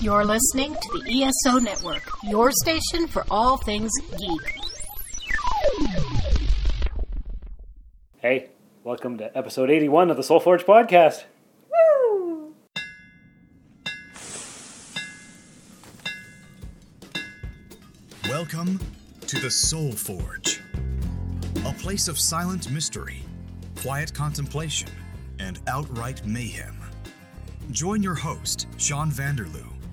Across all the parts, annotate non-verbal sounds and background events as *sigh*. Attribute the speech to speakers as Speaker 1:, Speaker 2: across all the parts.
Speaker 1: You're listening to the ESO Network, your station for all things geek.
Speaker 2: Hey, welcome to episode 81 of the Soul Forge podcast.
Speaker 3: Welcome to the Soul Forge, a place of silent mystery, quiet contemplation, and outright mayhem. Join your host, Sean Vanderloo,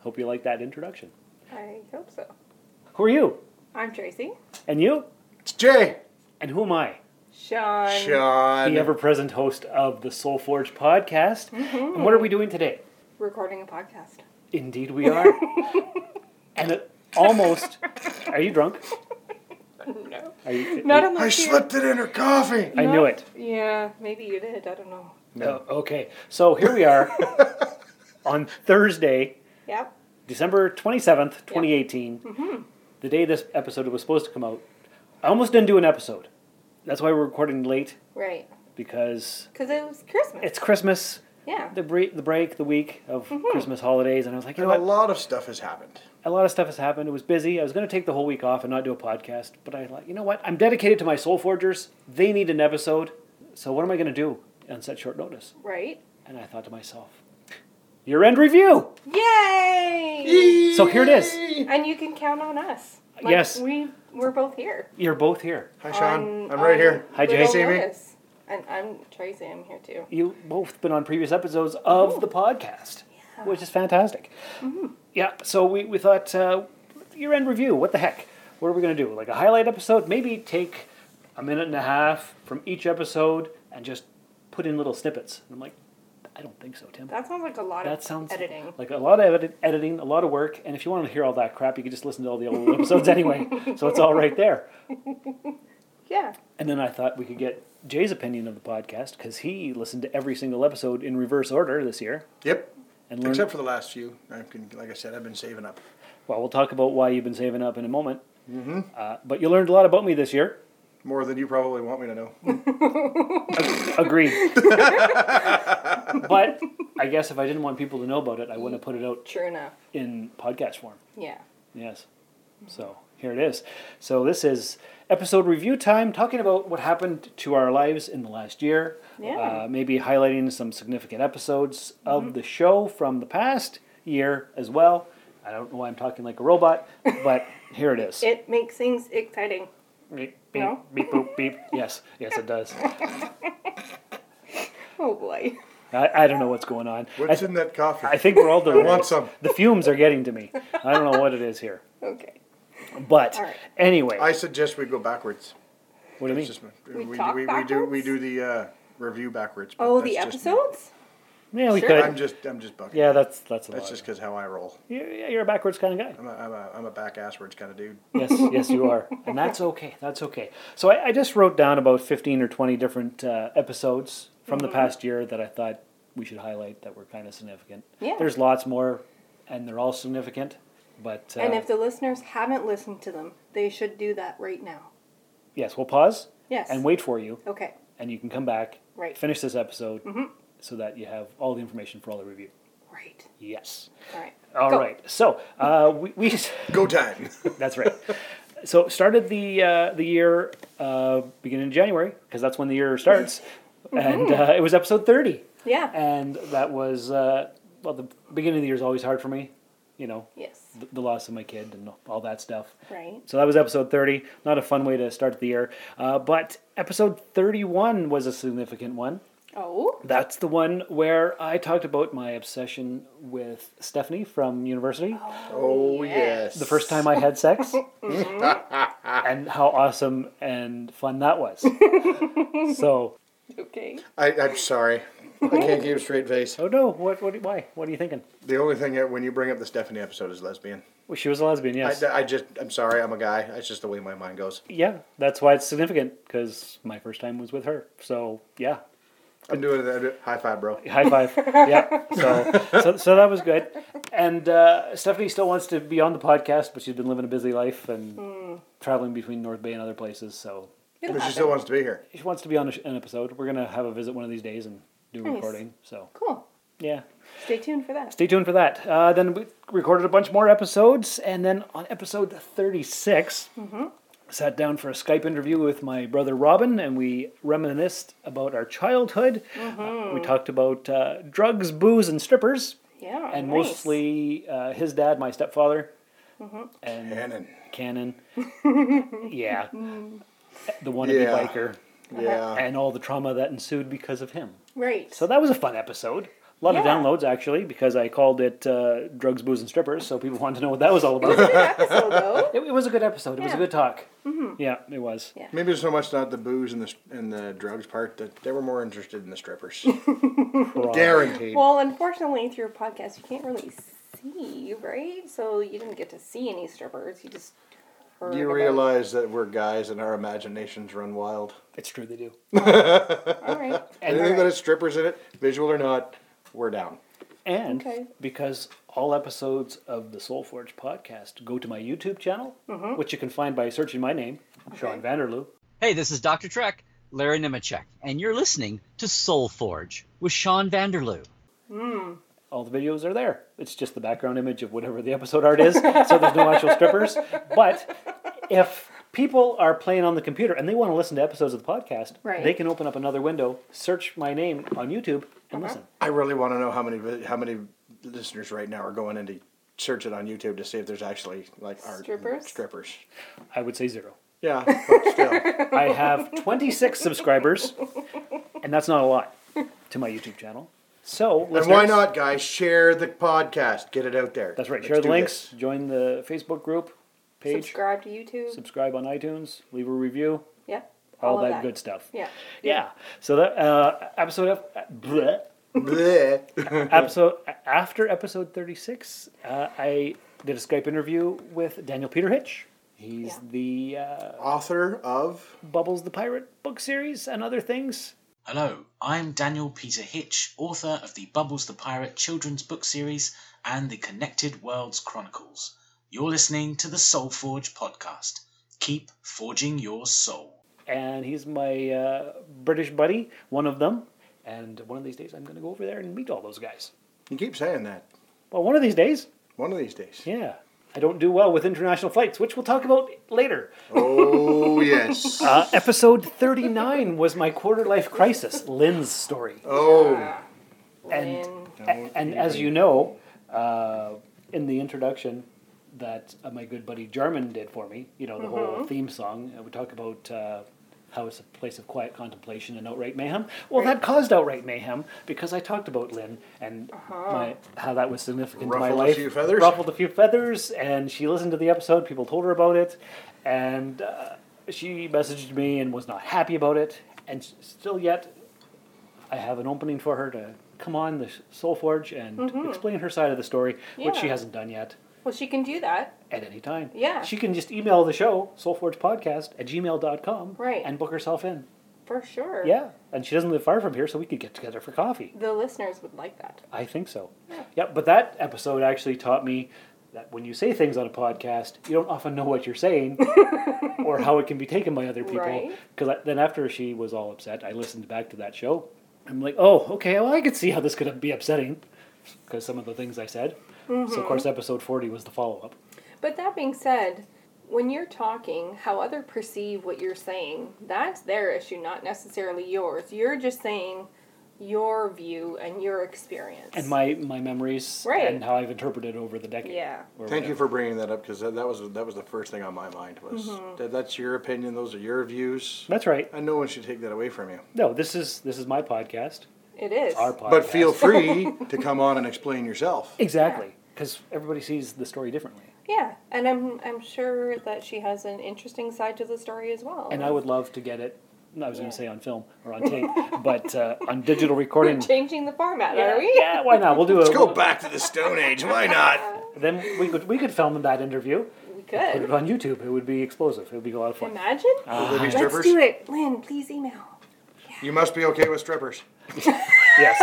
Speaker 2: Hope you like that introduction.
Speaker 4: I hope so.
Speaker 2: Who are you?
Speaker 4: I'm Tracy.
Speaker 2: And you?
Speaker 5: It's Jay.
Speaker 2: And who am I?
Speaker 4: Sean.
Speaker 5: Sean.
Speaker 2: The ever present host of the Soul Forge podcast. And what are we doing today?
Speaker 4: Recording a podcast.
Speaker 2: Indeed, we are. and it almost. Are you drunk?
Speaker 4: No.
Speaker 2: Are you,
Speaker 4: Not
Speaker 5: I
Speaker 4: unless you.
Speaker 5: slipped it in her coffee.
Speaker 2: I knew it.
Speaker 4: Yeah, maybe you did. I don't know.
Speaker 2: No. okay, so here we are on Thursday,
Speaker 4: Yep.
Speaker 2: December 27th, 2018, the day this episode was supposed to come out. I almost didn't do an episode. That's why we're recording late
Speaker 4: Right.
Speaker 2: because
Speaker 4: Because it was Christmas.
Speaker 2: it's Christmas,
Speaker 4: yeah.
Speaker 2: the, bre- the break, the week of Christmas holidays, and I was like, you
Speaker 5: And
Speaker 2: know
Speaker 5: a
Speaker 2: what?
Speaker 5: lot of stuff has happened.
Speaker 2: a lot of stuff has happened. It was busy. I was going to take the whole week off and not do a podcast, but I like, you know what? I'm dedicated to my Soul Forgers. They need an episode. So what am I going to do on such short notice?
Speaker 4: right.
Speaker 2: And I thought to myself, year end review.
Speaker 4: Yay!
Speaker 2: So here it is.
Speaker 4: and you can count on us.
Speaker 2: Yes.
Speaker 4: We we're both here.
Speaker 2: You're both here.
Speaker 5: Hi, Sean.
Speaker 4: On-
Speaker 5: I'm right
Speaker 4: on
Speaker 5: here.
Speaker 2: Hi, Jay.
Speaker 4: Little
Speaker 5: See me?
Speaker 4: Notice. And I'm Tracy. I'm here too.
Speaker 2: You both been on previous episodes of the podcast, which is fantastic. Yeah. So we we thought uh, year end review. What the heck? What are we going to do? Like a highlight episode? Maybe take a minute and a half from each episode and just put in little snippets. And I'm like, I don't think so, Tim.
Speaker 4: That sounds like a lot
Speaker 2: That
Speaker 4: of
Speaker 2: sounds
Speaker 4: editing.
Speaker 2: like a lot of edit- editing, a lot of work. And if you want to hear all that crap, you can just listen to all the old episodes anyway. So it's all right there.
Speaker 4: Yeah.
Speaker 2: And then I thought we could get Jay's opinion of the podcast because he listened to every single episode in reverse order this year
Speaker 5: Yep.
Speaker 2: and learned.
Speaker 5: Except for the last few. I can, like I said, I've been saving up.
Speaker 2: well, we'll talk about why you've been saving up in a moment. Mm-hmm. Uh, but you learned a lot about me this year.
Speaker 5: More than you probably want me to know. *laughs*
Speaker 2: Agreed. but I guess if I didn't want people to know about it, I wouldn't have put it out
Speaker 4: True enough.
Speaker 2: in podcast form.
Speaker 4: Yeah.
Speaker 2: Yes. So here it is. So this is episode review time, talking about what happened to our lives in the last year.
Speaker 4: Yeah. Mm-hmm.
Speaker 2: Uh, maybe highlighting some significant episodes of the show from the past year as well. I don't know why I'm talking like a robot, but here it is.
Speaker 4: It makes things exciting.
Speaker 2: beep, beep,
Speaker 4: No?
Speaker 2: beep, boop,
Speaker 4: *laughs*
Speaker 2: beep. Yes, yes, it does.
Speaker 4: Oh boy. *laughs*
Speaker 2: I, I don't know what's going on. I,
Speaker 5: What's in that coffee?
Speaker 2: I think we're all
Speaker 5: I
Speaker 2: delirious.
Speaker 5: want some.
Speaker 2: The fumes are getting to me. I don't know what it is here.
Speaker 4: Okay.
Speaker 2: But
Speaker 4: All right.
Speaker 2: anyway,
Speaker 5: I suggest we go backwards.
Speaker 2: what do you mean?
Speaker 5: It's just, we, we,
Speaker 4: talk
Speaker 5: we, do we
Speaker 4: backwards?
Speaker 5: do the uh, review backwards. but
Speaker 4: Oh,
Speaker 5: that's
Speaker 4: the
Speaker 5: just me.
Speaker 4: episodes.
Speaker 2: yeah, we
Speaker 4: Sure.
Speaker 2: could.
Speaker 5: I'm just I'm just bucking.
Speaker 2: yeah, that's that's a
Speaker 5: That's
Speaker 2: lot.
Speaker 5: just because how I roll.
Speaker 2: You're, yeah, you're a backwards kind of guy.
Speaker 5: I'm a, I'm a, I'm a back asswards kind of dude.
Speaker 2: *laughs* Yes, yes, you are, and that's okay. That's okay. So I, I just wrote down about fifteen or twenty different uh, episodes from the past year that I thought we should highlight that were kind of significant.
Speaker 4: Yeah.
Speaker 2: There's lots more, and they're all significant. But uh,
Speaker 4: And if the listeners haven't listened to them, they should do that right now.
Speaker 2: yes, we'll pause
Speaker 4: Yes.
Speaker 2: and wait for you,
Speaker 4: Okay.
Speaker 2: and you can come back,
Speaker 4: Right.
Speaker 2: finish this episode, so that you have all the information for all the review.
Speaker 4: Right.
Speaker 2: Yes.
Speaker 4: All right.
Speaker 2: All right.
Speaker 4: Go.
Speaker 2: So uh, we. we *laughs*
Speaker 5: Go time.
Speaker 2: That's right. so started the uh, the year uh, beginning of January because that's when the year starts, and uh, it was episode thirty,
Speaker 4: Yeah.
Speaker 2: and that was uh, well the beginning of the year is always hard for me, you know,
Speaker 4: yes.
Speaker 2: the, the loss of my kid and all that stuff.
Speaker 4: Right.
Speaker 2: So that was episode thirty. Not a fun way to start the year, uh, but episode thirty one was a significant one.
Speaker 4: Oh.
Speaker 2: That's the one where I talked about my obsession with Stephanie from university
Speaker 5: oh yes.
Speaker 2: the first time I had sex, and how awesome and fun that was. so
Speaker 4: Okay.
Speaker 5: I, I'm sorry. I can't keep a straight face.
Speaker 2: Oh no! What? What? Why? What are you thinking?
Speaker 5: The only thing that when you bring up the Stephanie episode is lesbian.
Speaker 2: Well, she was a lesbian.
Speaker 5: I,
Speaker 2: Yes.
Speaker 5: I just, I'm sorry, I'm a guy. That's just the way my mind goes.
Speaker 2: yeah, that's why it's significant because my first time was with her. So yeah,
Speaker 5: I'm doing that. High five, bro.
Speaker 2: high five. yeah. So, so so that was good. And uh, Stephanie still wants to be on the podcast, but she's been living a busy life and traveling between North Bay and other places. So
Speaker 5: But she still wants to be here.
Speaker 2: she wants to be on a sh- an episode. We're gonna have a visit one of these days and do a
Speaker 4: Nice.
Speaker 2: recording. So
Speaker 4: Cool.
Speaker 2: yeah.
Speaker 4: Stay tuned for that.
Speaker 2: Stay tuned for that. Uh, then we recorded a bunch more episodes, and then on episode 36, sat down for a Skype interview with my brother Robin, and we reminisced about our childhood. Uh, we talked about uh, drugs, booze, and strippers,
Speaker 4: Yeah.
Speaker 2: and
Speaker 4: nice.
Speaker 2: mostly uh, his dad, my stepfather, and
Speaker 5: Cannon.
Speaker 2: Cannon. yeah, the wannabe
Speaker 5: Yeah. Uh.
Speaker 2: biker,
Speaker 5: Yeah.
Speaker 2: and all the trauma that ensued because of him.
Speaker 4: Right.
Speaker 2: So that was a fun episode. A lot of
Speaker 4: Yeah.
Speaker 2: downloads actually because I called it uh, "Drugs, Booze, and Strippers," so people *laughs* wanted to know what that was all about.
Speaker 4: Good
Speaker 2: *laughs*
Speaker 4: episode though.
Speaker 2: it, it was a good episode. It was a
Speaker 4: Yeah.
Speaker 2: good talk. Mm-hmm. Yeah, it was.
Speaker 4: Yeah.
Speaker 5: Maybe it's so much not the booze and the and the drugs part that they were more interested in
Speaker 4: *laughs*
Speaker 5: the strippers.
Speaker 2: Pro-
Speaker 5: Guaranteed.
Speaker 4: Well, unfortunately, through a podcast, you can't really see, right? So you didn't get to see any strippers. You just heard
Speaker 5: Do you
Speaker 4: about-
Speaker 5: realize that we're guys and our imaginations run wild?
Speaker 2: It's true they do.
Speaker 4: All right.
Speaker 5: Anything that has strippers in it, visual or not, we're down.
Speaker 2: And
Speaker 4: Okay.
Speaker 2: because all episodes of the Soul Forge podcast go to my YouTube channel,
Speaker 4: Mm-hmm.
Speaker 2: which you can find by searching my name, Sean Vanderloo.
Speaker 6: Hey, this is Dr. Trek, Larry Nemechek, and you're listening to Soul Forge with Sean Vanderloo.
Speaker 2: All the videos are there. It's just the background image of whatever the episode art is, so there's no actual strippers. But if people are playing on the computer and they want to listen to episodes of the podcast,
Speaker 4: Right.
Speaker 2: they can open up another window, search my name on YouTube, and listen.
Speaker 5: I really want to know how many vi- how many listeners right now are going in to search it on YouTube to see if there's actually like our
Speaker 4: Strippers?
Speaker 5: Strippers.
Speaker 2: I would say zero.
Speaker 5: *laughs* Yeah, but still.
Speaker 2: I have 26 subscribers, and that's not a lot to my YouTube channel. So,
Speaker 5: and why
Speaker 2: listeners-
Speaker 5: not, guys? Share the podcast. Get it out there.
Speaker 2: That's right.
Speaker 5: Let's
Speaker 2: Share the
Speaker 5: do
Speaker 2: links,
Speaker 5: this.
Speaker 2: join the Facebook group page, subscribe,
Speaker 4: Subscribe to YouTube.
Speaker 2: on iTunes, leave a review,
Speaker 4: yeah.
Speaker 2: all,
Speaker 4: of
Speaker 2: that, good stuff.
Speaker 4: Yeah.
Speaker 2: Yeah. So that uh, episode of bleh,
Speaker 5: Bleh.
Speaker 2: episode after episode 36, uh, I did a Skype interview with Daniel Peter Hitch. He's the uh,
Speaker 5: Author of
Speaker 2: Bubbles the Pirate book series and other things.
Speaker 7: Hello, I'm Daniel Peter Hitch, author of the Bubbles the Pirate children's book series and the Connected Worlds Chronicles. You're listening to the Soul Forge podcast. Keep forging your soul.
Speaker 2: and he's my uh, British buddy, one of them. And one of these days, I'm going to go over there and meet all those guys.
Speaker 5: You keep saying that.
Speaker 2: Well, one of these days,
Speaker 5: One of these days.
Speaker 2: yeah. I don't do well with international flights, which we'll talk about later.
Speaker 5: Oh yes.
Speaker 2: Uh, episode 39 was my quarter life crisis, Lynn's story.
Speaker 5: *laughs* Oh.
Speaker 2: and a- and as you know, uh, in the introduction that uh, my good buddy Jarman did for me, you know, the whole theme song, uh, we talk about uh, how it's a place of quiet contemplation and outright mayhem. Well, that caused outright mayhem because I talked about Lynn and my, how that was significant to
Speaker 5: Ruffled
Speaker 2: my
Speaker 5: a
Speaker 2: life.
Speaker 5: few feathers?
Speaker 2: Ruffled a few feathers, and she listened to the episode. People told her about it, and uh, she messaged me and was not happy about it. And s- still yet, I have an opening for her to come on the Soul Forge and explain her side of the story, which she
Speaker 4: Mm-hmm. Yeah.
Speaker 2: hasn't done yet
Speaker 4: Well, she can do that.
Speaker 2: at any time.
Speaker 4: Yeah.
Speaker 2: She can just email the show, soulforgepodcast at gmail.com,
Speaker 4: Right.
Speaker 2: and book herself in.
Speaker 4: For sure.
Speaker 2: Yeah. And she doesn't live far from here, so we could get together for coffee.
Speaker 4: The listeners would like that.
Speaker 2: I think so. Yeah, but that episode actually taught me that when you say things on a podcast, you don't often know what you're
Speaker 4: *laughs*
Speaker 2: saying or how it can be taken by other people.
Speaker 4: Right.
Speaker 2: Because then after she was all upset, I listened back to that show. I'm like, oh, okay, well, I could see how this could be upsetting because some of the things I said. So,
Speaker 4: Mm-hmm.
Speaker 2: of course, episode 40 was the follow up.
Speaker 4: But that being said, when you're talking, how others perceive what you're saying, that's their issue, not necessarily yours. You're just saying your view and your experience.
Speaker 2: And my, my memories
Speaker 4: Right.
Speaker 2: and how I've interpreted over the decade.
Speaker 4: Yeah.
Speaker 2: or
Speaker 5: Thank you
Speaker 2: whatever.
Speaker 5: for bringing that up because that, that was that was the first thing on my mind was
Speaker 2: Mm-hmm.
Speaker 5: that that's your opinion. Those are your views.
Speaker 2: That's right.
Speaker 5: And no one should take that away from you.
Speaker 2: No, this is this is my podcast.
Speaker 4: It is.
Speaker 2: Our podcast.
Speaker 5: But feel free to come on and explain yourself.
Speaker 2: Exactly. Because everybody sees the story differently.
Speaker 4: Yeah, and I'm I'm sure that she has an interesting side to the story as well.
Speaker 2: And I would love to get it I was going to say on film or on tape, but uh, on
Speaker 4: *laughs*
Speaker 2: digital recording.
Speaker 4: Changing the format,
Speaker 2: Yeah,
Speaker 4: are we?
Speaker 2: yeah, why not? We'll do a.
Speaker 5: Go back to the Stone Age. Why not?
Speaker 2: Then we could we could film that interview,
Speaker 4: We
Speaker 2: put it Uh,
Speaker 4: could.
Speaker 2: on YouTube. It would be explosive. It would be a lot of
Speaker 4: *laughs*
Speaker 2: fun.
Speaker 4: Imagine.
Speaker 5: Will there be
Speaker 4: Let's
Speaker 5: strippers?
Speaker 4: do it, Lynn. Please email.
Speaker 5: You must be okay with strippers.
Speaker 2: Yes,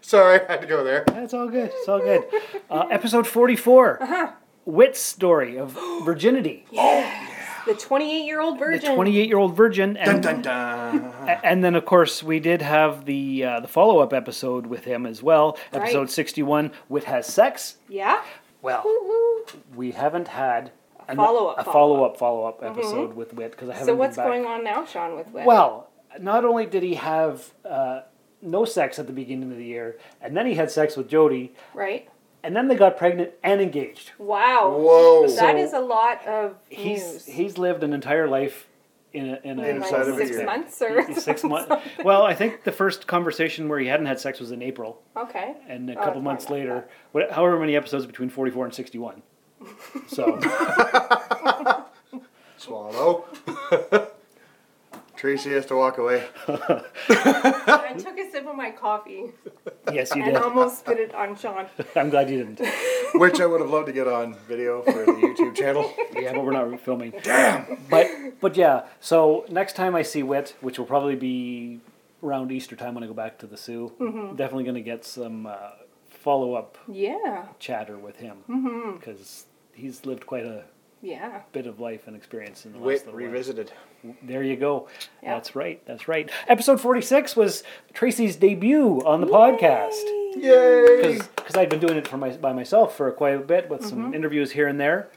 Speaker 5: Sorry, I had to go there.
Speaker 2: that's all good. It's all good. Uh, episode forty-four.
Speaker 4: Uh-huh.
Speaker 2: Wit's story
Speaker 4: *gasps*
Speaker 2: of virginity.
Speaker 4: The 28 year old
Speaker 2: The
Speaker 4: virgin.
Speaker 2: twenty-eight-year-old virgin, and
Speaker 5: Dun dun dun.
Speaker 2: A- And then, of course, we did have the uh, the follow up episode with him as well, episode
Speaker 4: Right.
Speaker 2: sixty one. With has sex.
Speaker 4: Yeah.
Speaker 2: Well,
Speaker 4: Woo-woo.
Speaker 2: we haven't had an-
Speaker 4: follow-up,
Speaker 2: a
Speaker 4: follow-up. Mm-hmm.
Speaker 2: follow up follow up episode with Wit because I haven't.
Speaker 4: So
Speaker 2: been
Speaker 4: what's
Speaker 2: back.
Speaker 4: going on now, Sean, with Wit?
Speaker 2: Well, not only did he have uh, no sex at the beginning of the year, and then he had sex with Jody,
Speaker 4: right?
Speaker 2: and then they got pregnant and engaged.
Speaker 4: Wow.
Speaker 5: Whoa.
Speaker 4: That
Speaker 2: So-
Speaker 4: is a lot of
Speaker 2: He's
Speaker 4: news.
Speaker 2: he's lived an entire life in a, in a
Speaker 4: in
Speaker 5: inside
Speaker 4: like
Speaker 5: of a
Speaker 4: six
Speaker 5: year.
Speaker 4: months or
Speaker 2: six
Speaker 4: *laughs*
Speaker 2: months. Well, I think the first conversation where he hadn't had sex was in April.
Speaker 4: Okay.
Speaker 2: and a
Speaker 4: Oh,
Speaker 2: couple
Speaker 4: it's
Speaker 2: months
Speaker 4: more than
Speaker 2: later, what, however many episodes between 44 and 61.
Speaker 4: *laughs*
Speaker 2: So,
Speaker 5: Swallow. *laughs* Tracy has to walk away.
Speaker 4: I took a sip of my coffee
Speaker 2: yes, you
Speaker 4: and
Speaker 2: did.
Speaker 4: almost spit
Speaker 2: *laughs*
Speaker 4: it on Sean.
Speaker 2: I'm glad you didn't.
Speaker 5: Which I would have loved to get on video for the YouTube channel.
Speaker 2: Yeah, but we're not filming. Damn! But, but yeah, so next time I see Wit, which will probably be around Easter time when I go back to the Sioux, definitely going to get some uh, follow up
Speaker 4: Yeah.
Speaker 2: chatter with him. Because he's lived quite a
Speaker 4: Yeah.
Speaker 2: bit of life and experience in the
Speaker 5: Wit
Speaker 2: last little while.
Speaker 5: revisited.
Speaker 2: There you go.
Speaker 4: Yeah.
Speaker 2: That's right. That's right. Episode 46 was Tracy's debut on the podcast. *laughs*
Speaker 5: Yay!
Speaker 2: because I'd been doing it for my, by myself for quite a bit with some interviews here and there,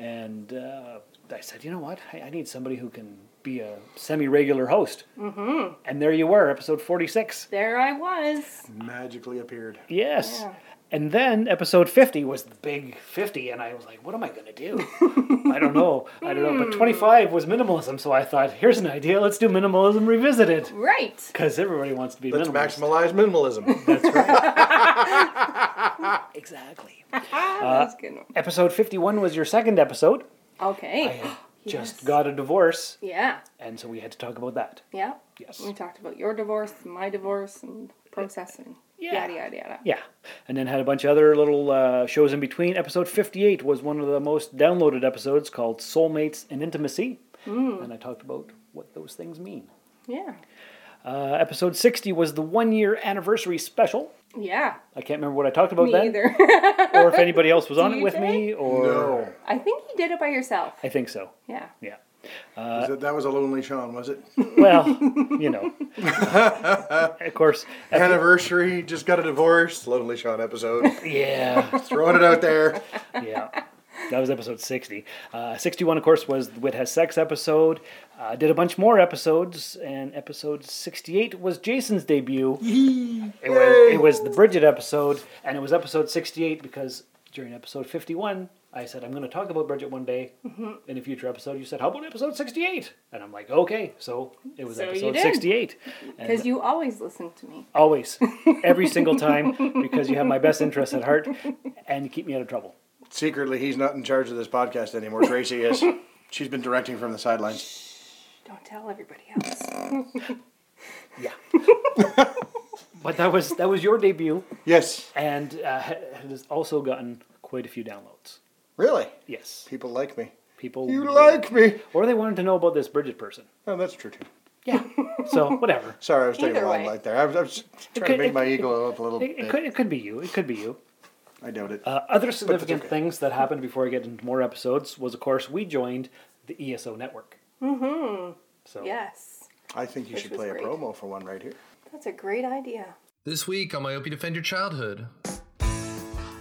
Speaker 2: and uh, I said, you know what, I, I need somebody who can be a semi-regular host. Mm-hmm. And there you were, episode forty-six.
Speaker 4: There I was.
Speaker 5: Magically appeared.
Speaker 2: Yes.
Speaker 4: Yeah.
Speaker 2: And then episode fifty was the big fifty, and I was like, what am I gonna do? I don't know. I don't *laughs* know. But twenty-five was minimalism, so I thought, here's an idea. Let's do minimalism revisited.
Speaker 4: Right.
Speaker 2: Because everybody wants to be
Speaker 5: Let's
Speaker 2: minimalist.
Speaker 5: maximize minimalism.
Speaker 2: exactly.
Speaker 4: Ah,
Speaker 2: Uh,
Speaker 4: that's a good one.
Speaker 2: episode 51 was your second episode.
Speaker 4: Okay.
Speaker 2: Just got a divorce.
Speaker 4: Yeah.
Speaker 2: And so we had to talk about that.
Speaker 4: Yeah.
Speaker 2: Yes.
Speaker 4: We talked about your divorce, my divorce, and processing.
Speaker 2: Yeah.
Speaker 4: Yada yada yada.
Speaker 2: Yeah. And then had a bunch of other little uh, shows in between. Episode 58 was one of the most downloaded episodes called Soulmates and Intimacy.
Speaker 4: Mm.
Speaker 2: And I talked about what those things mean.
Speaker 4: Yeah.
Speaker 2: Uh, episode 60 was the one year anniversary special.
Speaker 4: Yeah.
Speaker 2: I can't remember what I talked about
Speaker 4: Me
Speaker 2: then.
Speaker 4: either. *laughs*
Speaker 2: Or if anybody else was on
Speaker 4: you
Speaker 2: it with
Speaker 4: did
Speaker 2: me. Or
Speaker 5: no.
Speaker 4: I think you did it by yourself.
Speaker 2: I think so.
Speaker 4: Yeah.
Speaker 2: Yeah.
Speaker 5: Is it- that was a lonely Sean, was it?
Speaker 2: Well, *laughs* you know. of course.
Speaker 5: Anniversary, just got a divorce. Lonely Sean episode.
Speaker 2: Yeah.
Speaker 5: Throwing it out there.
Speaker 2: yeah. *laughs* That was episode 60. Uh, 61, of course, was the Wit Has Sex episode. Uh, did a bunch more episodes, and episode 68 was Jason's debut. it, was, it was the Bridget episode, and it was episode 68 because during episode 51, I said, I'm going to talk about Bridget one day
Speaker 4: Mm-hmm.
Speaker 2: in a future episode. You said, How about episode 68? And I'm like, Okay. So it was
Speaker 4: So you
Speaker 2: episode
Speaker 4: did.
Speaker 2: 68. And
Speaker 4: Because you always listen to me.
Speaker 2: always, every single
Speaker 4: *laughs*
Speaker 2: time, because you have my best interests at heart and you keep me out of trouble.
Speaker 5: Secretly, he's not in charge of this podcast anymore. Tracy is. She's been directing from the sidelines.
Speaker 4: Don't tell everybody else.
Speaker 2: Yeah. *laughs* but that was that was your debut,
Speaker 5: Yes.
Speaker 2: and uh, ha- has also gotten quite a few downloads.
Speaker 5: Really?
Speaker 2: Yes,
Speaker 5: People like me.
Speaker 2: people.
Speaker 5: You like me.
Speaker 2: Or they wanted to know about this Bridget person.
Speaker 5: Oh, that's true too.
Speaker 2: Yeah.
Speaker 5: *laughs*
Speaker 2: So whatever.
Speaker 5: Sorry, I was taking
Speaker 4: Either
Speaker 5: a
Speaker 4: way.
Speaker 5: limelight there. I was, I was trying
Speaker 2: could-
Speaker 5: to make
Speaker 2: it
Speaker 5: my
Speaker 2: could-
Speaker 5: ego up a little
Speaker 2: It, it could
Speaker 5: bit.
Speaker 2: it could be you. It could be you.
Speaker 5: I doubt it.
Speaker 2: Uh, other significant
Speaker 5: okay.
Speaker 2: things that happened before I get into more episodes was, of course, we joined the ESO network. Mm-hmm. So
Speaker 4: Yes.
Speaker 5: I think you
Speaker 4: This
Speaker 5: should
Speaker 4: was
Speaker 5: play a
Speaker 4: great.
Speaker 5: promo for one right here.
Speaker 4: That's a great idea.
Speaker 8: This week on Myopia Defend Your Childhood.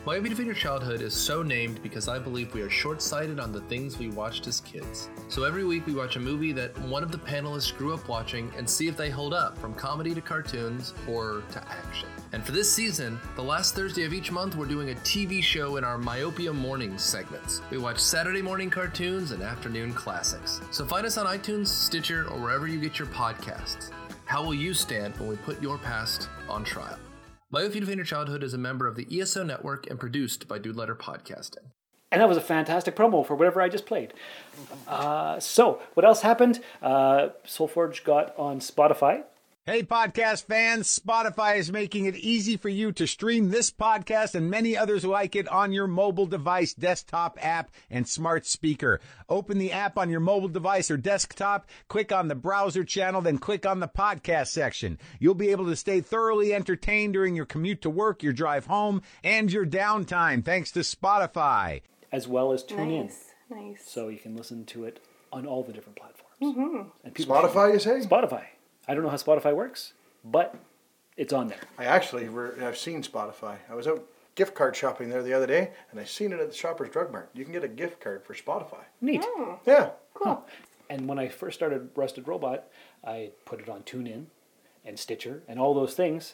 Speaker 8: Myopia Defend Your Childhood is so named because I believe we are short sighted on the things we watched as kids. So every week we watch a movie that one of the panelists grew up watching and see if they hold up from comedy to cartoons, horror to action. And for this season, the last Thursday of each month, we're doing a TV show in our Myopia Morning segments. We watch Saturday morning cartoons and afternoon classics. So find us on iTunes, Stitcher, or wherever you get your podcasts. How will you stand when we put your past on trial? E Biofeed of Inner Childhood is a member of the ESO Network and produced by Dude Letter Podcasting.
Speaker 2: And that was a fantastic promo for whatever I just played. Uh, so, what else happened? Uh, Soulforge got on Spotify.
Speaker 9: Hey, podcast fans, Spotify is making it easy for you to stream this podcast and many others like it on your mobile device, desktop app, and smart speaker. Open the app on your mobile device or desktop, click on the browser channel, then click on the podcast section. You'll be able to stay thoroughly entertained during your commute to work, your drive home, and your downtime thanks to Spotify.
Speaker 2: as well as tune in.
Speaker 4: Nice, nice.
Speaker 2: So you can listen to it on all the different platforms. And people
Speaker 5: Spotify, you say?
Speaker 2: should- Spotify. I don't know how Spotify works, but it's on there.
Speaker 5: I actually re- I've seen Spotify. I was out gift card shopping there the other day, and I seen it at the Shoppers Drug Mart. You can get a gift card for Spotify.
Speaker 2: Neat.
Speaker 5: Yeah.
Speaker 4: Cool.
Speaker 2: And when I first started Rusted Robot, I put it on TuneIn and Stitcher and all those things.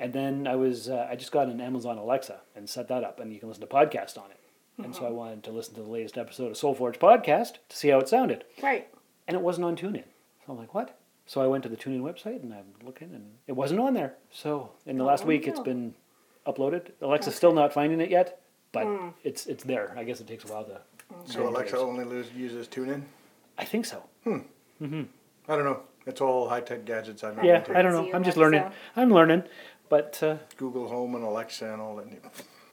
Speaker 2: And then I was uh, I just got an Amazon Alexa and set that up, and you can listen to podcasts on it. And so I wanted to listen to the latest episode of Soulforge podcast to see how it sounded.
Speaker 4: Right.
Speaker 2: and it wasn't on TuneIn. So I'm like, what? So I went to the TuneIn website and I'm looking, and it wasn't on there. So in the last week, it's been uploaded. Alexa's still not finding it yet, but it's it's there. I guess it takes a while to.
Speaker 5: So Alexa only lose, uses TuneIn.
Speaker 2: I think so.
Speaker 5: I don't know. It's all high tech gadgets. I've not
Speaker 2: Yeah,
Speaker 5: into.
Speaker 2: I don't
Speaker 4: See
Speaker 2: know.
Speaker 4: you,
Speaker 2: I'm just
Speaker 4: Alexa.
Speaker 2: learning. I'm learning, but uh,
Speaker 5: Google Home and Alexa and all that.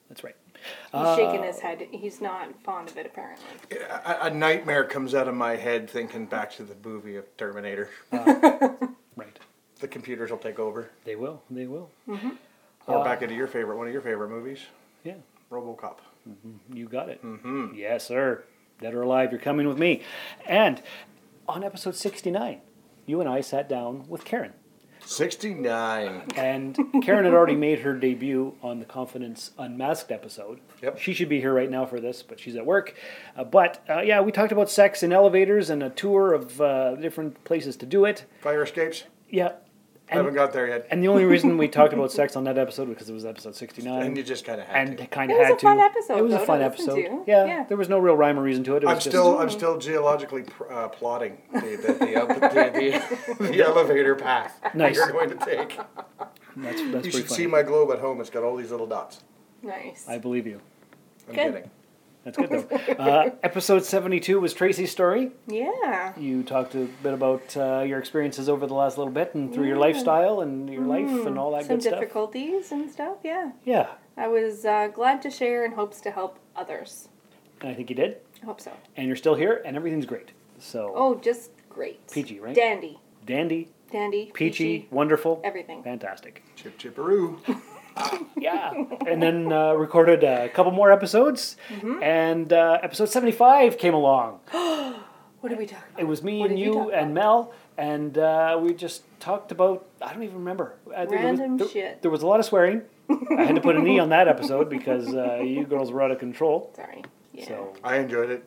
Speaker 2: that's right.
Speaker 4: He's
Speaker 2: uh,
Speaker 4: shaking his head. He's not fond of it, apparently.
Speaker 5: A, a nightmare comes out of my head thinking back to the movie of Terminator.
Speaker 2: Right.
Speaker 5: The computers will take over.
Speaker 2: They will. They will.
Speaker 5: Or back into your favorite, one of your favorite movies,
Speaker 2: Uh, Yeah.
Speaker 5: RoboCop.
Speaker 2: You got it. Mm-hmm. Yes, sir. Dead or alive, you're coming with me. And on episode 69, you and I sat down with Karen.
Speaker 5: 69.
Speaker 2: And Karen had already made her debut on the Confidence Unmasked episode.
Speaker 5: Yep.
Speaker 2: She should be here right now for this, but she's at work. Uh, but uh, yeah, we talked about sex in elevators and a tour of uh, different places to do it.
Speaker 5: Fire escapes.
Speaker 2: Yeah.
Speaker 5: I haven't
Speaker 2: And,
Speaker 5: got there yet.
Speaker 2: and the only reason we talked about sex on that episode because it was episode 69.
Speaker 5: And you just kind of had
Speaker 2: and
Speaker 5: to.
Speaker 2: kind of
Speaker 4: It was
Speaker 2: had
Speaker 4: a
Speaker 2: to.
Speaker 4: fun episode,
Speaker 2: It was
Speaker 4: though,
Speaker 2: a fun
Speaker 4: to listen
Speaker 2: episode.
Speaker 4: to.
Speaker 2: Yeah,
Speaker 4: Yeah.
Speaker 2: There was no real rhyme or reason to it. it was
Speaker 5: I'm
Speaker 2: just, Mm.
Speaker 5: still, I'm still geologically pr- uh, plotting the, *laughs* the, the, up- the, the, the elevator path
Speaker 2: Nice.
Speaker 5: you're going to take.
Speaker 2: That's, that's pretty
Speaker 5: You should
Speaker 2: funny.
Speaker 5: see my globe at home. It's got all these little dots.
Speaker 4: Nice.
Speaker 2: I believe you.
Speaker 5: I'm
Speaker 4: Good.
Speaker 5: kidding.
Speaker 4: *laughs*
Speaker 2: That's good though. uh, episode 72 was Tracy's story.
Speaker 4: yeah.
Speaker 2: You talked a bit about uh, your experiences over the last little bit and through your lifestyle and your life and all that
Speaker 4: Mm-hmm. Some
Speaker 2: good stuff.
Speaker 4: difficulties and stuff. Yeah.
Speaker 2: Yeah,
Speaker 4: I was uh, glad to share in hopes to help others.
Speaker 2: and I think you did.
Speaker 4: I hope so.
Speaker 2: And you're still here, and everything's great. So
Speaker 4: Oh, just great.
Speaker 2: Peachy, right?
Speaker 4: Dandy.
Speaker 2: dandy,
Speaker 4: Dandy.
Speaker 2: peachy, wonderful,
Speaker 4: Everything.
Speaker 2: fantastic.
Speaker 5: Chip chipperoo.
Speaker 4: *laughs*
Speaker 2: Yeah, and then uh, recorded a couple more episodes,
Speaker 4: Mm-hmm.
Speaker 2: and uh, episode 75 came along.
Speaker 4: What did we talk about?
Speaker 2: It was me
Speaker 4: What
Speaker 2: and
Speaker 4: did you
Speaker 2: you
Speaker 4: talk
Speaker 2: and Mel, and uh, we just talked about I don't even remember. I think there was-
Speaker 4: Random
Speaker 2: there-
Speaker 4: shit.
Speaker 2: There was a lot of swearing. I had to put an E on that
Speaker 4: *laughs*
Speaker 2: episode because uh, you girls were out of control.
Speaker 4: Sorry. Yeah.
Speaker 2: So,
Speaker 5: I enjoyed it.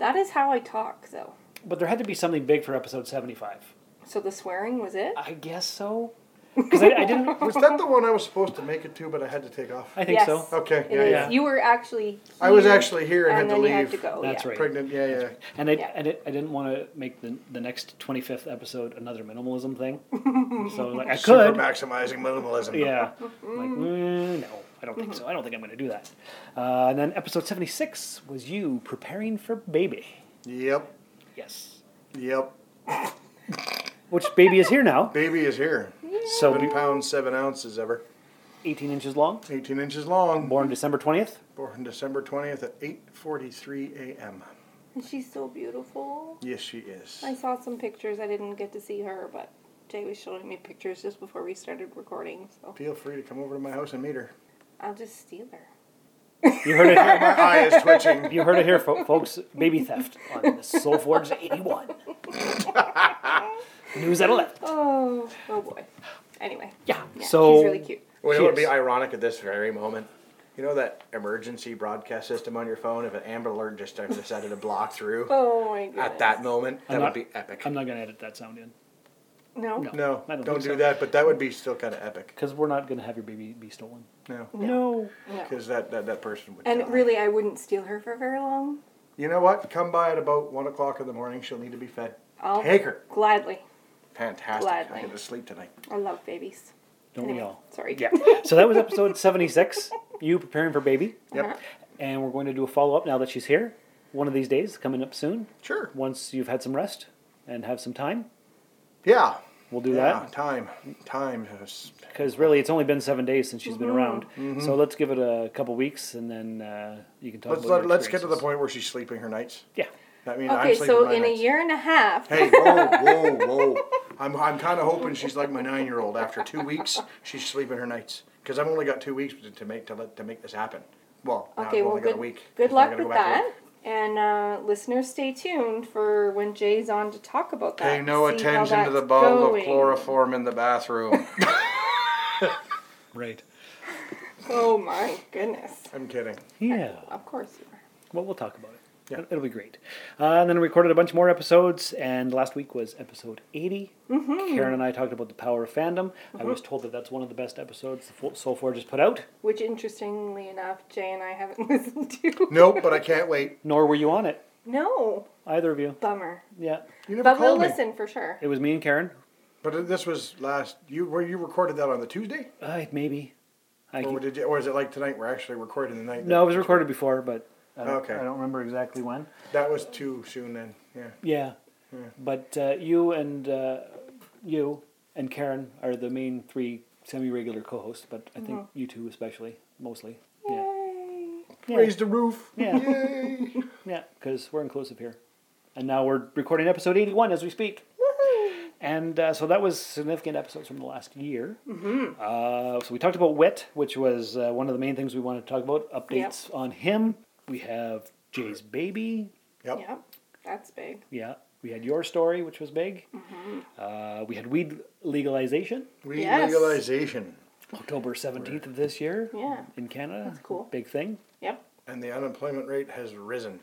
Speaker 4: That is how I talk, though.
Speaker 2: but there had to be something big for episode seventy-five.
Speaker 4: So the swearing was it?
Speaker 2: I guess so. Because I, I didn't.
Speaker 5: Was that the one I was supposed to make it to, but I had to take off?
Speaker 2: I think
Speaker 4: Yes.
Speaker 2: so.
Speaker 5: Okay.
Speaker 4: It
Speaker 5: Yeah,
Speaker 4: is.
Speaker 5: yeah.
Speaker 4: You were actually.
Speaker 5: I was
Speaker 4: here,
Speaker 5: actually here and,
Speaker 4: and
Speaker 5: had
Speaker 4: then
Speaker 5: to
Speaker 4: you
Speaker 5: leave.
Speaker 4: had to go.
Speaker 2: That's
Speaker 4: yeah.
Speaker 2: right.
Speaker 5: Pregnant. Yeah, yeah.
Speaker 2: And I,
Speaker 4: Yeah.
Speaker 2: and it, I didn't want to make the, the next twenty-fifth episode another minimalism thing.
Speaker 4: *laughs*
Speaker 2: So like I
Speaker 5: Super
Speaker 2: could.
Speaker 5: maximizing minimalism.
Speaker 2: Yeah. I'm like, "Mm, no, I don't
Speaker 4: Mm-hmm.
Speaker 2: think so. I don't think I'm going to do that. Uh, and then episode 76 was you preparing for baby.
Speaker 5: Yep.
Speaker 2: Yes.
Speaker 5: Yep.
Speaker 2: Which baby is here
Speaker 5: *laughs*
Speaker 2: now.
Speaker 5: Baby is here.
Speaker 2: So
Speaker 5: Seven
Speaker 2: be-
Speaker 5: pounds, seven ounces ever.
Speaker 2: 18 inches long,
Speaker 5: 18 inches long.
Speaker 2: born December 20th.
Speaker 5: Born December 20th at 8.43 a.m.
Speaker 4: And she's so beautiful.
Speaker 5: Yes, she is.
Speaker 4: I saw some pictures. I didn't get to see her, but Jay was showing me pictures just before we started recording. So
Speaker 5: Feel free to come over to my house and meet her.
Speaker 4: I'll just steal her.
Speaker 2: You heard it here.
Speaker 5: My eye is *laughs* twitching.
Speaker 2: You heard it here, fo- folks. Baby theft on Soul Forge
Speaker 4: *laughs*
Speaker 2: 81. News at 11.
Speaker 4: Oh, oh boy. Anyway,
Speaker 2: Yeah.
Speaker 4: yeah,
Speaker 2: so
Speaker 4: she's really cute.
Speaker 5: Well, it would be
Speaker 2: Yes.
Speaker 5: ironic at this very moment. You know that emergency broadcast system on your phone? If an Amber Alert just decided to block through
Speaker 4: Oh my god.
Speaker 5: at that moment, that
Speaker 2: not-
Speaker 5: would be epic.
Speaker 2: I'm not going to edit that sound in
Speaker 4: No.
Speaker 5: No,
Speaker 2: I don't
Speaker 5: don't,
Speaker 2: think
Speaker 5: do
Speaker 2: so.
Speaker 5: that. But that would be still kind of epic.
Speaker 2: because we're not going to have your baby be stolen.
Speaker 5: No,
Speaker 2: No.
Speaker 4: No.
Speaker 5: because that, that that person would. die.
Speaker 4: And really, I wouldn't steal her for very long.
Speaker 5: you know what? Come by at about one o'clock in the morning. She'll need to be fed.
Speaker 4: I'll
Speaker 5: Take her.
Speaker 4: Gladly.
Speaker 5: Fantastic.
Speaker 4: Gladly.
Speaker 5: I get to sleep tonight.
Speaker 4: I love babies.
Speaker 2: Don't we
Speaker 4: Anyway,
Speaker 2: all?
Speaker 4: *laughs* Sorry.
Speaker 2: Yeah. So that was episode 76. You preparing for baby.
Speaker 5: Yep.
Speaker 4: Uh-huh.
Speaker 2: and we're going to do a follow up now that she's here. One of these days, coming up soon.
Speaker 5: Sure.
Speaker 2: Once you've had some rest and have some time,
Speaker 5: Yeah.
Speaker 2: we'll do
Speaker 5: yeah.
Speaker 2: that.
Speaker 5: Time. Time. is-
Speaker 2: Because really, it's only been seven days since she's been
Speaker 5: Mm-hmm.
Speaker 2: around. So let's give it a couple weeks, and then uh, you can talk.
Speaker 5: Let's
Speaker 2: about
Speaker 5: let,
Speaker 2: your
Speaker 5: let's get to the
Speaker 2: experiences.
Speaker 5: point where she's sleeping her nights.
Speaker 2: Yeah.
Speaker 5: I mean, I'm
Speaker 4: Okay,
Speaker 5: sleeping
Speaker 4: so
Speaker 5: my
Speaker 4: in a
Speaker 5: nights.
Speaker 4: year and a half,
Speaker 5: Hey, whoa, whoa, whoa! I'm I'm kind of hoping she's like my nine year old. After two weeks, she's sleeping her nights because I've only got two weeks to- to make to let to make this happen. Well, now
Speaker 4: Okay,
Speaker 5: I've
Speaker 4: well,
Speaker 5: only got
Speaker 4: good,
Speaker 5: a week.
Speaker 4: good
Speaker 5: 'cause now I
Speaker 4: luck
Speaker 5: gotta
Speaker 4: with
Speaker 5: go back to
Speaker 4: that.
Speaker 5: work.
Speaker 4: And uh, listeners, stay tuned for when Jay's on to talk about that.
Speaker 5: Pay no
Speaker 4: see how
Speaker 5: attention to the
Speaker 4: that's
Speaker 5: bottle
Speaker 4: going.
Speaker 5: of chloroform in the bathroom. right.
Speaker 4: Oh my goodness.
Speaker 5: *laughs* I'm kidding.
Speaker 2: Yeah.
Speaker 4: Of course you are.
Speaker 2: Well, we'll talk about it. It'll- It'll be great. Uh, and then we recorded a bunch more episodes, and last week was episode 80.
Speaker 5: Mm-hmm.
Speaker 2: Karen and I talked about the power of fandom. I was told that that's one of the best episodes the Fo- Soul Forge has put out,
Speaker 4: Which, interestingly enough, Jay and I haven't *laughs* listened to.
Speaker 5: Nope, but I can't wait.
Speaker 2: nor were you on it,
Speaker 4: No.
Speaker 2: either of you.
Speaker 4: Bummer.
Speaker 2: Yeah.
Speaker 5: You never
Speaker 4: But we'll
Speaker 5: called me.
Speaker 4: listen for sure.
Speaker 2: It was me and Karen.
Speaker 5: But this was last. You where you recorded that on the Tuesday,
Speaker 2: Uh, maybe. I
Speaker 5: or
Speaker 2: can,
Speaker 5: did you, or is it like tonight? We're actually recording the night.
Speaker 2: no, it was recorded before, but I don't,
Speaker 5: Okay.
Speaker 2: I don't remember exactly when.
Speaker 5: That was too soon then. Yeah.
Speaker 2: Yeah. But uh, you and uh, you and Karen are the main three semi-regular co-hosts, but I think you two especially, mostly. Yeah. Yeah.
Speaker 5: Raise the roof.
Speaker 2: Yeah. Yeah, because we're inclusive here. And now we're recording episode 81 as we speak. And uh, so that was significant episodes from the last year. Mm-hmm. Uh, so we talked about Wit, which was uh, one of the main things we wanted to talk about. Updates on him. We have Jay's baby.
Speaker 5: Yep.
Speaker 4: Yep. That's big.
Speaker 2: Yeah. We had your story, which was big. Uh, we had weed legalization,
Speaker 5: Weed
Speaker 4: Yes.
Speaker 5: legalization
Speaker 2: October 17th of this year
Speaker 4: Yeah.
Speaker 2: in Canada. That's
Speaker 4: cool.
Speaker 2: Big thing.
Speaker 4: Yep.
Speaker 5: and the unemployment rate has risen.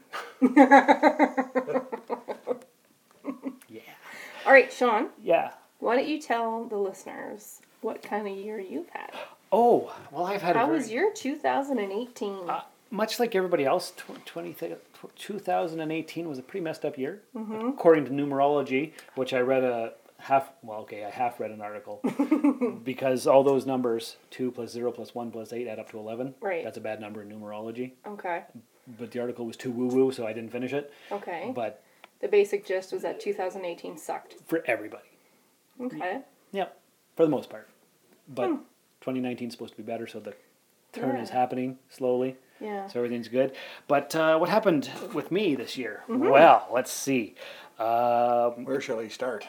Speaker 4: All right, Sean,
Speaker 2: Yeah.
Speaker 4: why don't you tell the listeners what kind of year you've had?
Speaker 2: Oh, well, I've had a
Speaker 4: How
Speaker 2: very- Uh,
Speaker 4: was your 2018?
Speaker 2: much like everybody else, tw- 20, th- tw- 2018 was a pretty messed up year,
Speaker 4: Mm-hmm.
Speaker 2: according to numerology, which I read a half, well, okay, I half read an
Speaker 4: *laughs*
Speaker 2: article because all those numbers, 2 plus 0 plus 1 plus 8, add up to 11.
Speaker 4: Right.
Speaker 2: That's a bad number in numerology.
Speaker 4: okay.
Speaker 2: But the article was too woo woo, so I didn't finish it.
Speaker 4: Okay.
Speaker 2: But
Speaker 4: the basic gist was that 2018 sucked.
Speaker 2: for everybody.
Speaker 4: Okay.
Speaker 2: Yeah, for the most part. But 2019 is supposed to be better, so the turn is
Speaker 4: Hmm. Yeah.
Speaker 2: happening slowly.
Speaker 4: Yeah.
Speaker 2: So everything's good. But uh, what happened with me this year?
Speaker 4: Mm-hmm.
Speaker 2: Well, let's see. Um,
Speaker 5: Where shall we start?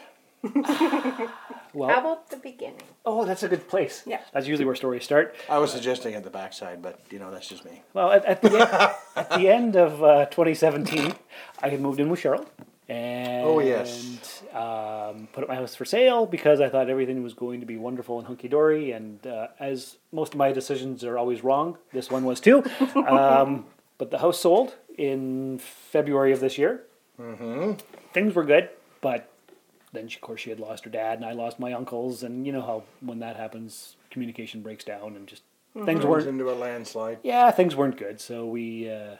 Speaker 2: well,
Speaker 4: How about the beginning?
Speaker 2: oh, that's a good place.
Speaker 4: Yeah.
Speaker 2: That's usually where stories start.
Speaker 5: I was suggesting at the backside, but you know that's just me.
Speaker 2: Well, at, at, the, end,
Speaker 5: *laughs*
Speaker 2: at the end of uh, 2017, I had moved in with Cheryl. And
Speaker 5: Oh, yes.
Speaker 2: um, put up my house for sale because I thought everything was going to be wonderful and hunky dory. And uh, as most of my decisions are always wrong, this one was
Speaker 5: *laughs*
Speaker 2: too. um, but the house sold in February of this year. Mm-hmm. Things were good, but then she, of course she had lost her dad, and I lost my uncles, and you know how when that happens, communication breaks down, and just things
Speaker 5: Turns
Speaker 2: weren't
Speaker 5: into a landslide.
Speaker 2: yeah, things weren't good. So we, uh,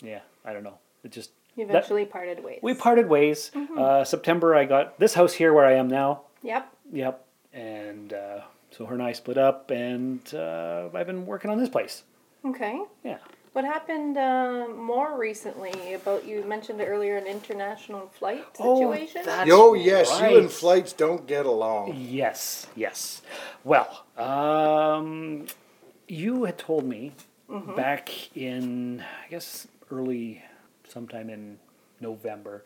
Speaker 2: yeah, I don't know. It just
Speaker 4: You
Speaker 2: that-
Speaker 4: eventually parted ways.
Speaker 2: we parted ways. Uh, September, I got this house here where I am now.
Speaker 4: Yep.
Speaker 2: Yep, and uh, so her and I split up, and uh, I've been working on this place.
Speaker 4: Okay.
Speaker 2: Yeah.
Speaker 4: What happened uh, more recently about you mentioned earlier an international flight
Speaker 2: Oh,
Speaker 4: situation?
Speaker 2: that's-
Speaker 5: Oh yes, you
Speaker 2: Right.
Speaker 5: and flights don't get along.
Speaker 2: Yes. Yes. Well, um, you had told me
Speaker 4: Mm-hmm.
Speaker 2: back in, I guess, early, sometime in November.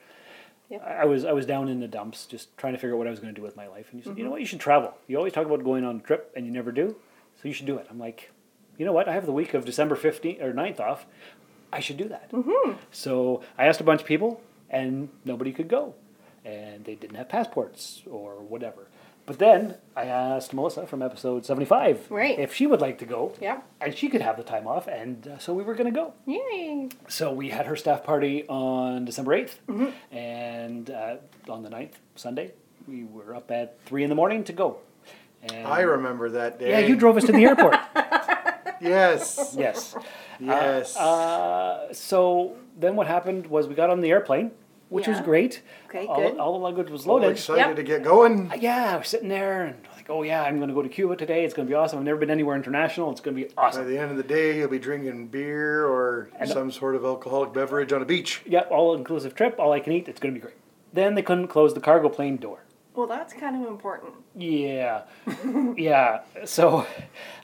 Speaker 4: Yep.
Speaker 2: I I was I was down in the dumps, just trying to figure out what I was going to do with my life. And you said,
Speaker 4: Mm-hmm.
Speaker 2: you know what, you should travel. You always talk about going on a trip, and you never do. So you should do it. I'm like, you know what? I have the week of December 15th or 9th off. I should do that.
Speaker 4: Mm-hmm.
Speaker 2: So I asked a bunch of people, and nobody could go, and they didn't have passports or whatever. But then I asked Melissa from episode 75
Speaker 4: Right.
Speaker 2: if she would like to go.
Speaker 4: Yeah.
Speaker 2: And she could have the time off, and uh, so we were going to go.
Speaker 4: Yay.
Speaker 2: So we had her staff party on December 8th,
Speaker 4: Mm-hmm.
Speaker 2: and uh, on the 9th, Sunday, we were up at 3 in the morning to go. And
Speaker 5: I remember that day.
Speaker 2: Yeah, you drove us
Speaker 4: *laughs*
Speaker 2: to the airport. *laughs*
Speaker 5: Yes,
Speaker 2: yes.
Speaker 5: yes.
Speaker 2: Uh, So then what happened was we got on the airplane, which was
Speaker 4: Yeah.
Speaker 2: great.
Speaker 4: Okay,
Speaker 2: all,
Speaker 4: good.
Speaker 2: all the luggage was
Speaker 5: All
Speaker 2: loaded.
Speaker 5: excited
Speaker 4: Yep.
Speaker 5: to get going.
Speaker 2: yeah, we're sitting there and like, like, oh yeah, I'm going to go to Cuba today. It's going to be awesome. I've never been anywhere international. It's going to be
Speaker 5: By
Speaker 2: awesome.
Speaker 5: the end of the day, you'll be drinking beer or some sort of alcoholic beverage on a beach.
Speaker 2: Yeah, all inclusive trip, all I can eat. It's going to be great. Then they couldn't close the cargo plane door.
Speaker 4: Well, that's kind of important.
Speaker 2: Yeah, yeah. So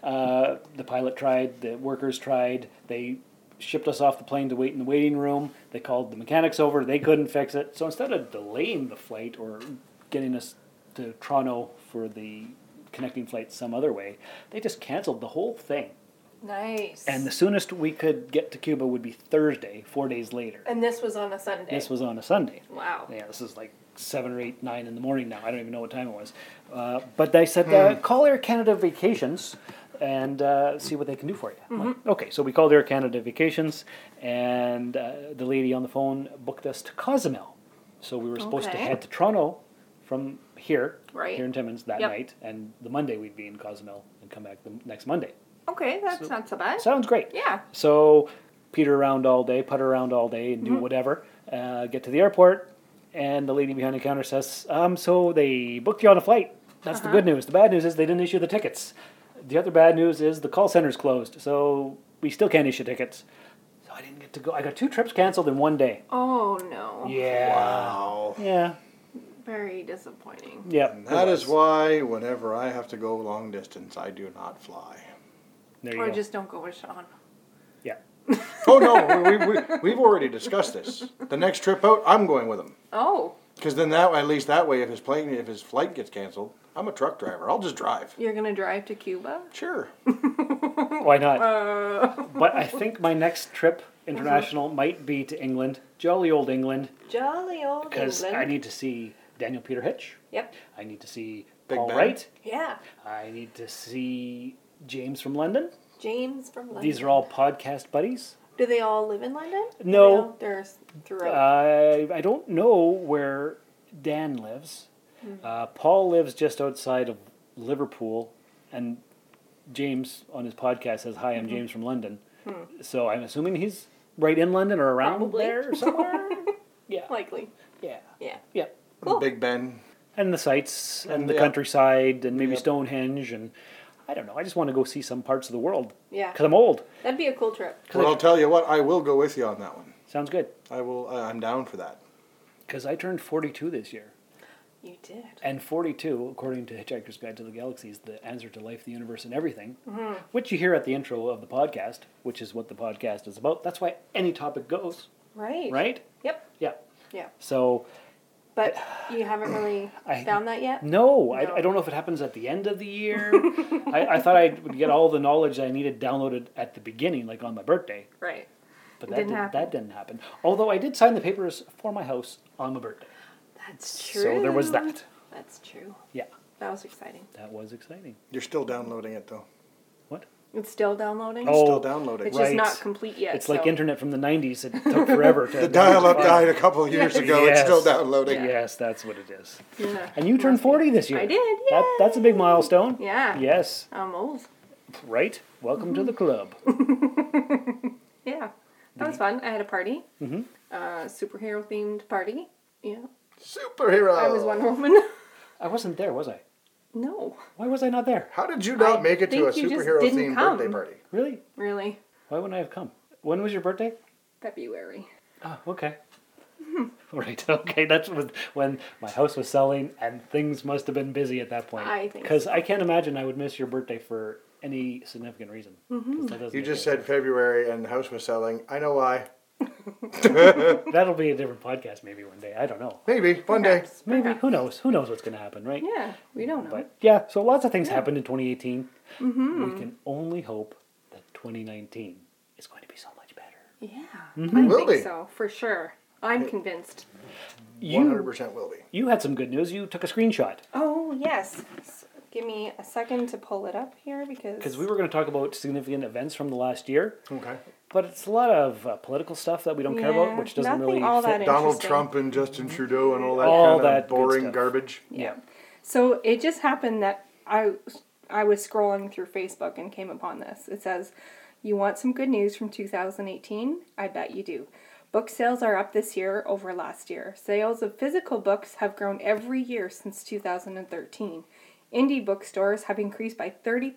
Speaker 2: uh, the pilot tried, the workers tried. They shipped us off the plane to wait in the waiting room. They called the mechanics over. They couldn't fix it. So instead of delaying the flight or getting us to Toronto for the connecting flight some other way, they just canceled the whole thing.
Speaker 4: Nice.
Speaker 2: And the soonest we could get to Cuba would be Thursday, four days later.
Speaker 4: And this was on a Sunday.
Speaker 2: This was on a Sunday.
Speaker 4: Wow.
Speaker 2: Yeah, this is like seven or eight, nine in the morning now. I don't even know what time it was. Uh, but they said,
Speaker 4: Hmm.
Speaker 2: uh, call Air Canada Vacations and uh, see what they can do for you. I'm
Speaker 4: Mm-hmm.
Speaker 2: like, okay, so we called Air Canada Vacations, and uh, the lady on the phone booked us to Cozumel. So we were supposed to
Speaker 4: Okay.
Speaker 2: head to Toronto from here,
Speaker 4: Right.
Speaker 2: here in Timmins that
Speaker 4: Yep.
Speaker 2: night, and the Monday we'd be in Cozumel and come back the next Monday.
Speaker 4: Okay, that's not so bad.
Speaker 2: Sounds great.
Speaker 4: Yeah.
Speaker 2: So peter around all day, putter around all day, and
Speaker 4: Mm-hmm.
Speaker 2: do whatever. Uh, get to the airport, and the lady behind the counter says, um, "So they booked you on a flight. That's
Speaker 4: Uh-huh.
Speaker 2: the good news. The bad news is they didn't issue the tickets. The other bad news is the call center's closed, so we still can't issue tickets. So I didn't get to go. I got two trips canceled in one day.
Speaker 4: Oh no.
Speaker 2: Yeah.
Speaker 5: Wow.
Speaker 2: Yeah.
Speaker 4: Very disappointing.
Speaker 2: Yeah.
Speaker 5: That is why whenever I have to go long distance, I do not fly.
Speaker 2: There you
Speaker 4: Or
Speaker 2: go.
Speaker 4: just don't go with Sean.
Speaker 2: yeah.
Speaker 5: Oh no, we, we, we've already discussed this. The next trip out, I'm going with him.
Speaker 4: Oh,
Speaker 5: Because then that, at least that way, if his plane, if his flight gets canceled, I'm a truck driver. I'll just drive.
Speaker 4: you're gonna drive to Cuba?
Speaker 5: Sure.
Speaker 2: Why not?
Speaker 4: Oh.
Speaker 2: but I think my next trip
Speaker 4: Uh-huh.
Speaker 2: international might be to England, jolly old England,
Speaker 4: Jolly old
Speaker 2: because
Speaker 4: England.
Speaker 2: I need to see Daniel Peter Hitch.
Speaker 4: Yep.
Speaker 2: I need to see
Speaker 5: Big
Speaker 2: Paul
Speaker 5: Ben.
Speaker 2: Wright.
Speaker 4: Yeah.
Speaker 2: I need to see James from London.
Speaker 4: James from London.
Speaker 2: These are all podcast buddies.
Speaker 4: Do they all live in London? Do
Speaker 2: No. Uh,
Speaker 4: they all- They're s- throughout.
Speaker 2: I I don't know where Dan lives. Uh, Paul lives just outside of Liverpool, and James on his podcast says, "Hi, I'm James from London." So I'm assuming he's right in London or around
Speaker 4: Probably.
Speaker 2: there somewhere. yeah,
Speaker 4: Likely.
Speaker 2: yeah,
Speaker 4: Yeah.
Speaker 2: yeah.
Speaker 4: Cool.
Speaker 5: Big Ben.
Speaker 2: And the sights and,
Speaker 5: And
Speaker 2: the
Speaker 5: the-
Speaker 2: countryside and maybe
Speaker 5: Yep.
Speaker 2: Stonehenge and I don't know. I just want to go see some parts of the world.
Speaker 4: Yeah.
Speaker 2: Because I'm old.
Speaker 4: That'd be a cool trip.
Speaker 5: Well, I'll tell you what, I will go with you on that one.
Speaker 2: Sounds good.
Speaker 5: I will. I, I'm down for that.
Speaker 2: Because I turned 42 this year.
Speaker 4: You did.
Speaker 2: And 42, according to Hitchhiker's Guide to the Galaxy, is the answer to life, the universe, and everything,
Speaker 4: Mm-hmm.
Speaker 2: which you hear at the intro of the podcast, which is what the podcast is about. That's why any topic goes,
Speaker 4: Right.
Speaker 2: right?
Speaker 4: Yep.
Speaker 2: Yeah.
Speaker 4: Yeah.
Speaker 2: So,
Speaker 4: But you haven't really
Speaker 2: *clears throat* I-
Speaker 4: found that yet?
Speaker 2: no,
Speaker 4: No.
Speaker 2: I, I don't know if it happens at the end of the year.
Speaker 4: *laughs*
Speaker 2: I, I thought I would get all the knowledge I needed downloaded at the beginning, like on my birthday,
Speaker 4: Right.
Speaker 2: but
Speaker 4: It
Speaker 2: that
Speaker 4: didn't
Speaker 2: didn't,
Speaker 4: happen.
Speaker 2: that didn't happen. Although I did sign the papers for my house on my birthday.
Speaker 4: That's true.
Speaker 2: So there was that.
Speaker 4: That's true.
Speaker 2: Yeah,
Speaker 4: That was exciting.
Speaker 2: that was exciting.
Speaker 5: You're still downloading it though.
Speaker 2: What?
Speaker 4: It's still downloading?
Speaker 2: Oh,
Speaker 5: Still downloading.
Speaker 4: it's
Speaker 5: it.
Speaker 4: just
Speaker 2: right.
Speaker 4: not complete yet.
Speaker 2: It's like
Speaker 4: so-
Speaker 2: internet from the 90s. It
Speaker 4: *laughs*
Speaker 2: took forever to.
Speaker 5: The dial-up died a couple of years ago. It's
Speaker 2: Yes.
Speaker 5: still downloading.
Speaker 2: Yes, that's what it is.
Speaker 4: Yeah.
Speaker 2: And you turned 40 this year.
Speaker 4: I did,
Speaker 2: That, that's a big milestone.
Speaker 4: Yeah.
Speaker 2: Yes,
Speaker 4: I'm old. *laughs*
Speaker 2: right? Welcome
Speaker 4: Mm-hmm.
Speaker 2: to the club.
Speaker 4: Yeah. That was fun. I had a party. Mm-hmm. Uh, superhero themed party. Yeah.
Speaker 5: Superhero.
Speaker 4: I was Wonder Woman. *laughs*
Speaker 2: I wasn't there, was I?
Speaker 4: no.
Speaker 2: Why was I not there?
Speaker 5: How did you not
Speaker 4: I
Speaker 5: make it to a
Speaker 4: think you just
Speaker 5: superhero
Speaker 4: didn't
Speaker 5: themed
Speaker 4: come.
Speaker 5: birthday party?
Speaker 2: Really?
Speaker 4: Really.
Speaker 2: Why wouldn't I have come? When was your birthday?
Speaker 4: February.
Speaker 2: Oh, okay. *laughs* Right. Okay. That's when- when my house was selling, and things must have been busy at that point.
Speaker 4: I think
Speaker 2: Because I can't imagine I would miss your birthday for any significant reason.
Speaker 4: Mm-hmm.
Speaker 2: 'Cause that doesn't
Speaker 5: You
Speaker 2: make
Speaker 5: just
Speaker 2: any
Speaker 5: said February and the house was selling. I know why.
Speaker 2: sense. that'll be a different podcast maybe one day. I don't know.
Speaker 5: Maybe one day.
Speaker 4: Perhaps,
Speaker 2: Maybe
Speaker 4: perhaps.
Speaker 2: who knows? Who knows what's going to happen, right?
Speaker 4: Yeah. We don't know. Mm-hmm.
Speaker 2: But yeah, so lots of things happened in 2018. We can only hope that 2019 is going to be so much better.
Speaker 4: yeah. I
Speaker 5: Will
Speaker 4: think
Speaker 5: be.
Speaker 4: so, for sure. I'm convinced.
Speaker 5: One hundred
Speaker 2: You,
Speaker 5: percent will be.
Speaker 2: you had some good news. You took a screenshot
Speaker 4: Oh, yes. S- Give me a second to pull it up here because.
Speaker 2: because we were going to talk about significant events from the last year,
Speaker 5: Okay.
Speaker 2: but it's a lot of uh, political stuff that we don't care about,
Speaker 4: Yeah,
Speaker 2: which doesn't
Speaker 4: nothing
Speaker 2: really
Speaker 4: all
Speaker 2: fit.
Speaker 4: that
Speaker 5: Donald
Speaker 4: Interesting.
Speaker 5: Trump and Justin Trudeau and all that
Speaker 2: All
Speaker 5: kind
Speaker 2: that
Speaker 5: of
Speaker 2: good
Speaker 5: boring
Speaker 2: stuff.
Speaker 5: garbage.
Speaker 2: Yeah.
Speaker 4: So it just happened that I I was scrolling through Facebook and came upon this. It says, "You want some good news from 2018? I bet you do. Book sales are up this year over last year. Sales of physical books have grown every year since 2013. Indie bookstores have increased by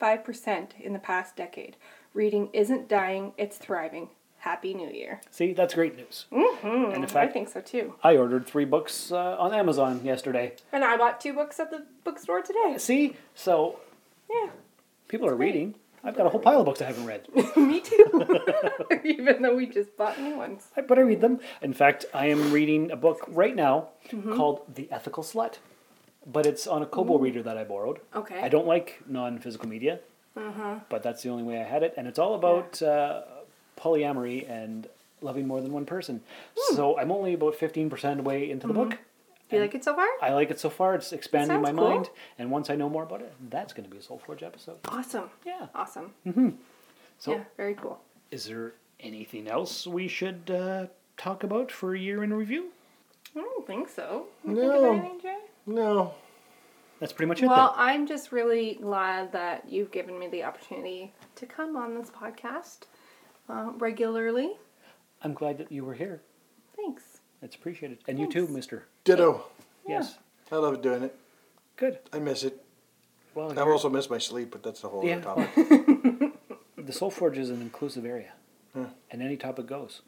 Speaker 4: 35% in the past decade. Reading isn't dying, it's thriving. Happy New Year.
Speaker 2: See, that's great news. Mm-hmm. And in
Speaker 4: I
Speaker 2: fact, I,
Speaker 4: think so too.
Speaker 2: ordered three books uh, on Amazon yesterday.
Speaker 4: And I bought two books at the bookstore today.
Speaker 2: See, so
Speaker 4: Yeah,
Speaker 2: people are reading. I've got a whole pile of books I haven't read,
Speaker 4: *laughs* me too. Even though we just bought new ones.
Speaker 2: I- but I read them. In fact, I am reading a book right now
Speaker 4: Mm-hmm.
Speaker 2: called The Ethical Slut, but it's on a Kobo reader that I borrowed.
Speaker 4: Okay.
Speaker 2: I don't like non-physical media,
Speaker 4: Uh-huh.
Speaker 2: but that's the only way I had it, and it's all about uh, polyamory and loving more than one person.
Speaker 4: Hmm.
Speaker 2: So I'm only about fifteen percent way into the book.
Speaker 4: Do you like it so far?
Speaker 2: I like it so far. It's expanding my
Speaker 4: Mm-hmm. Sounds cool.
Speaker 2: mind, and once I know more about it, that's going to be a Soul Forge episode.
Speaker 4: Awesome.
Speaker 2: Yeah.
Speaker 4: Awesome.
Speaker 2: So,
Speaker 4: yeah, very cool.
Speaker 2: is there anything else we should uh, talk about for a year in review?
Speaker 4: I don't think so.
Speaker 5: No. No.
Speaker 2: That's pretty much it.
Speaker 4: Well, I'm just really glad that you've given me the opportunity to come on this podcast uh, regularly.
Speaker 2: then. I'm glad that you were here.
Speaker 4: Thanks.
Speaker 2: It's appreciated, and you too, Mister.
Speaker 5: Ditto.
Speaker 2: Yes,
Speaker 5: I love doing it.
Speaker 2: good.
Speaker 5: I miss it.
Speaker 2: Well,
Speaker 5: I've also missed my sleep, but that's the whole
Speaker 2: Yeah.
Speaker 5: other topic.
Speaker 2: the Soul Forge is an inclusive area, and any topic goes.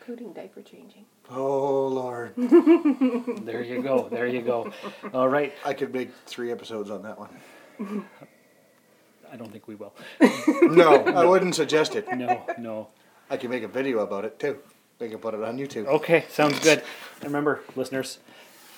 Speaker 4: Including diaper changing.
Speaker 5: Oh Lord,
Speaker 2: There you go. There you go. All right.
Speaker 5: I could make three episodes on that one.
Speaker 2: I don't think we will.
Speaker 5: *laughs* No, I wouldn't suggest it.
Speaker 2: No, no.
Speaker 5: I could make a video about it too. We can put it on YouTube.
Speaker 2: Okay, sounds good. And remember, listeners,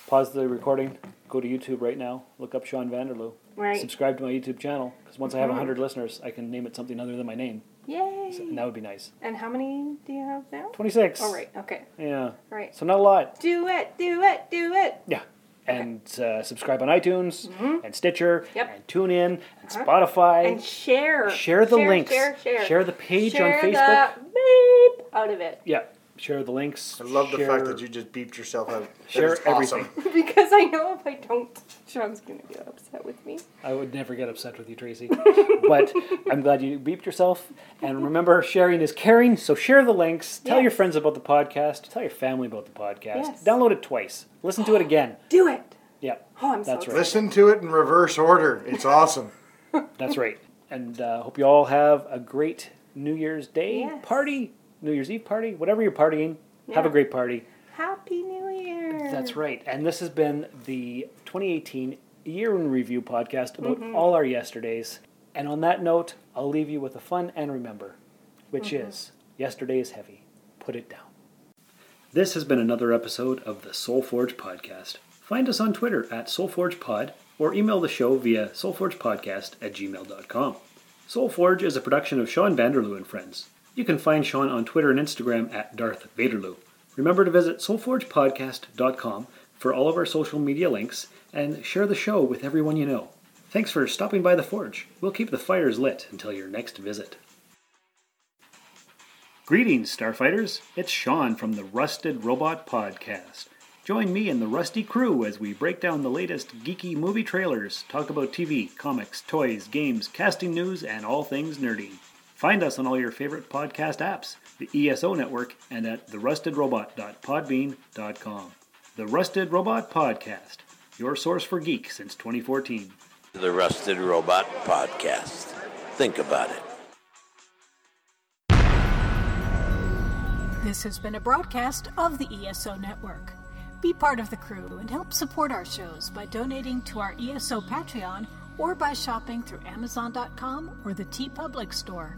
Speaker 2: pause the recording, go to YouTube right now, look up Sean Vanderloo,
Speaker 4: Right.
Speaker 2: subscribe to my YouTube channel, because once I have 100 listeners, I can name it something other than my name,
Speaker 4: Yay!
Speaker 2: and that would be nice.
Speaker 4: And how many do you have now?
Speaker 2: 26.
Speaker 4: All right. Okay.
Speaker 2: Yeah.
Speaker 4: All right.
Speaker 2: So not a lot.
Speaker 4: Do it. Do it. Do it.
Speaker 2: Yeah. And uh, subscribe on iTunes and Stitcher
Speaker 4: Mm-hmm. Yep. Uh-huh.
Speaker 2: and TuneIn and Spotify.
Speaker 4: And share.
Speaker 2: Share the links.
Speaker 4: Share. Share.
Speaker 2: Share the page on
Speaker 4: Share the
Speaker 2: Facebook.
Speaker 4: beep out of it *laughs*
Speaker 2: yeah. Share the links.
Speaker 5: I love the fact
Speaker 2: share-
Speaker 5: that you just beeped yourself out. That
Speaker 2: Share
Speaker 5: is awesome.
Speaker 2: everything.
Speaker 4: because I know if I don't, Sean's gonna get upset with me.
Speaker 2: I would never get upset with you, Tracy. *laughs* but I'm glad you beeped yourself. And remember, sharing is caring. So share the links. Tell your
Speaker 4: Yes.
Speaker 2: friends about the podcast. Tell your family about the podcast.
Speaker 4: Yes.
Speaker 2: Download it twice. Listen to it again.
Speaker 4: Do it.
Speaker 2: Yeah,
Speaker 4: Oh, I'm
Speaker 2: That's
Speaker 4: so
Speaker 2: right.
Speaker 4: excited.
Speaker 5: Listen to it in reverse order. It's awesome.
Speaker 2: that's right. And uh, hope you all have a great New Year's Day
Speaker 4: Yes.
Speaker 2: party, New Year's Eve party, whatever you're partying. Have a
Speaker 4: Yeah.
Speaker 2: great party.
Speaker 4: Happy New Year.
Speaker 2: That's right. And this has been the 2018 Year in Review podcast about all our yesterdays. And on that note, I'll leave you with a fun and remember, which is yesterday is heavy. Put it down. This has been another episode of the Soul Forge podcast. Find us on Twitter at SoulForgePod or email the show via soulforgepodcast at gmail.com. Soulforge is a production of Sean Vanderloo and Friends. You can find Sean on Twitter and Instagram at Darth Vaderloo. Remember to visit soulforgepodcast.com for all of our social media links and share the show with everyone you know. Thanks for stopping by the forge. We'll keep the fires lit until your next visit. Greetings, Starfighters. It's Sean from the Rusted Robot Podcast. Join me and the Rusty crew as we break down the latest geeky movie trailers, talk about TV, comics, toys, games, casting news, and all things nerdy. Find us on all your favorite podcast apps, the ESO network, and at therustedrobot.podbean.com. The Rusted Robot Podcast, your source for geek since 2014.
Speaker 10: The Rusted Robot Podcast. Think about it.
Speaker 1: This has been a broadcast of the ESO Network. Be part of the crew and help support our shows by donating to our ESO Patreon or by shopping through Amazon.com or the T Public Store,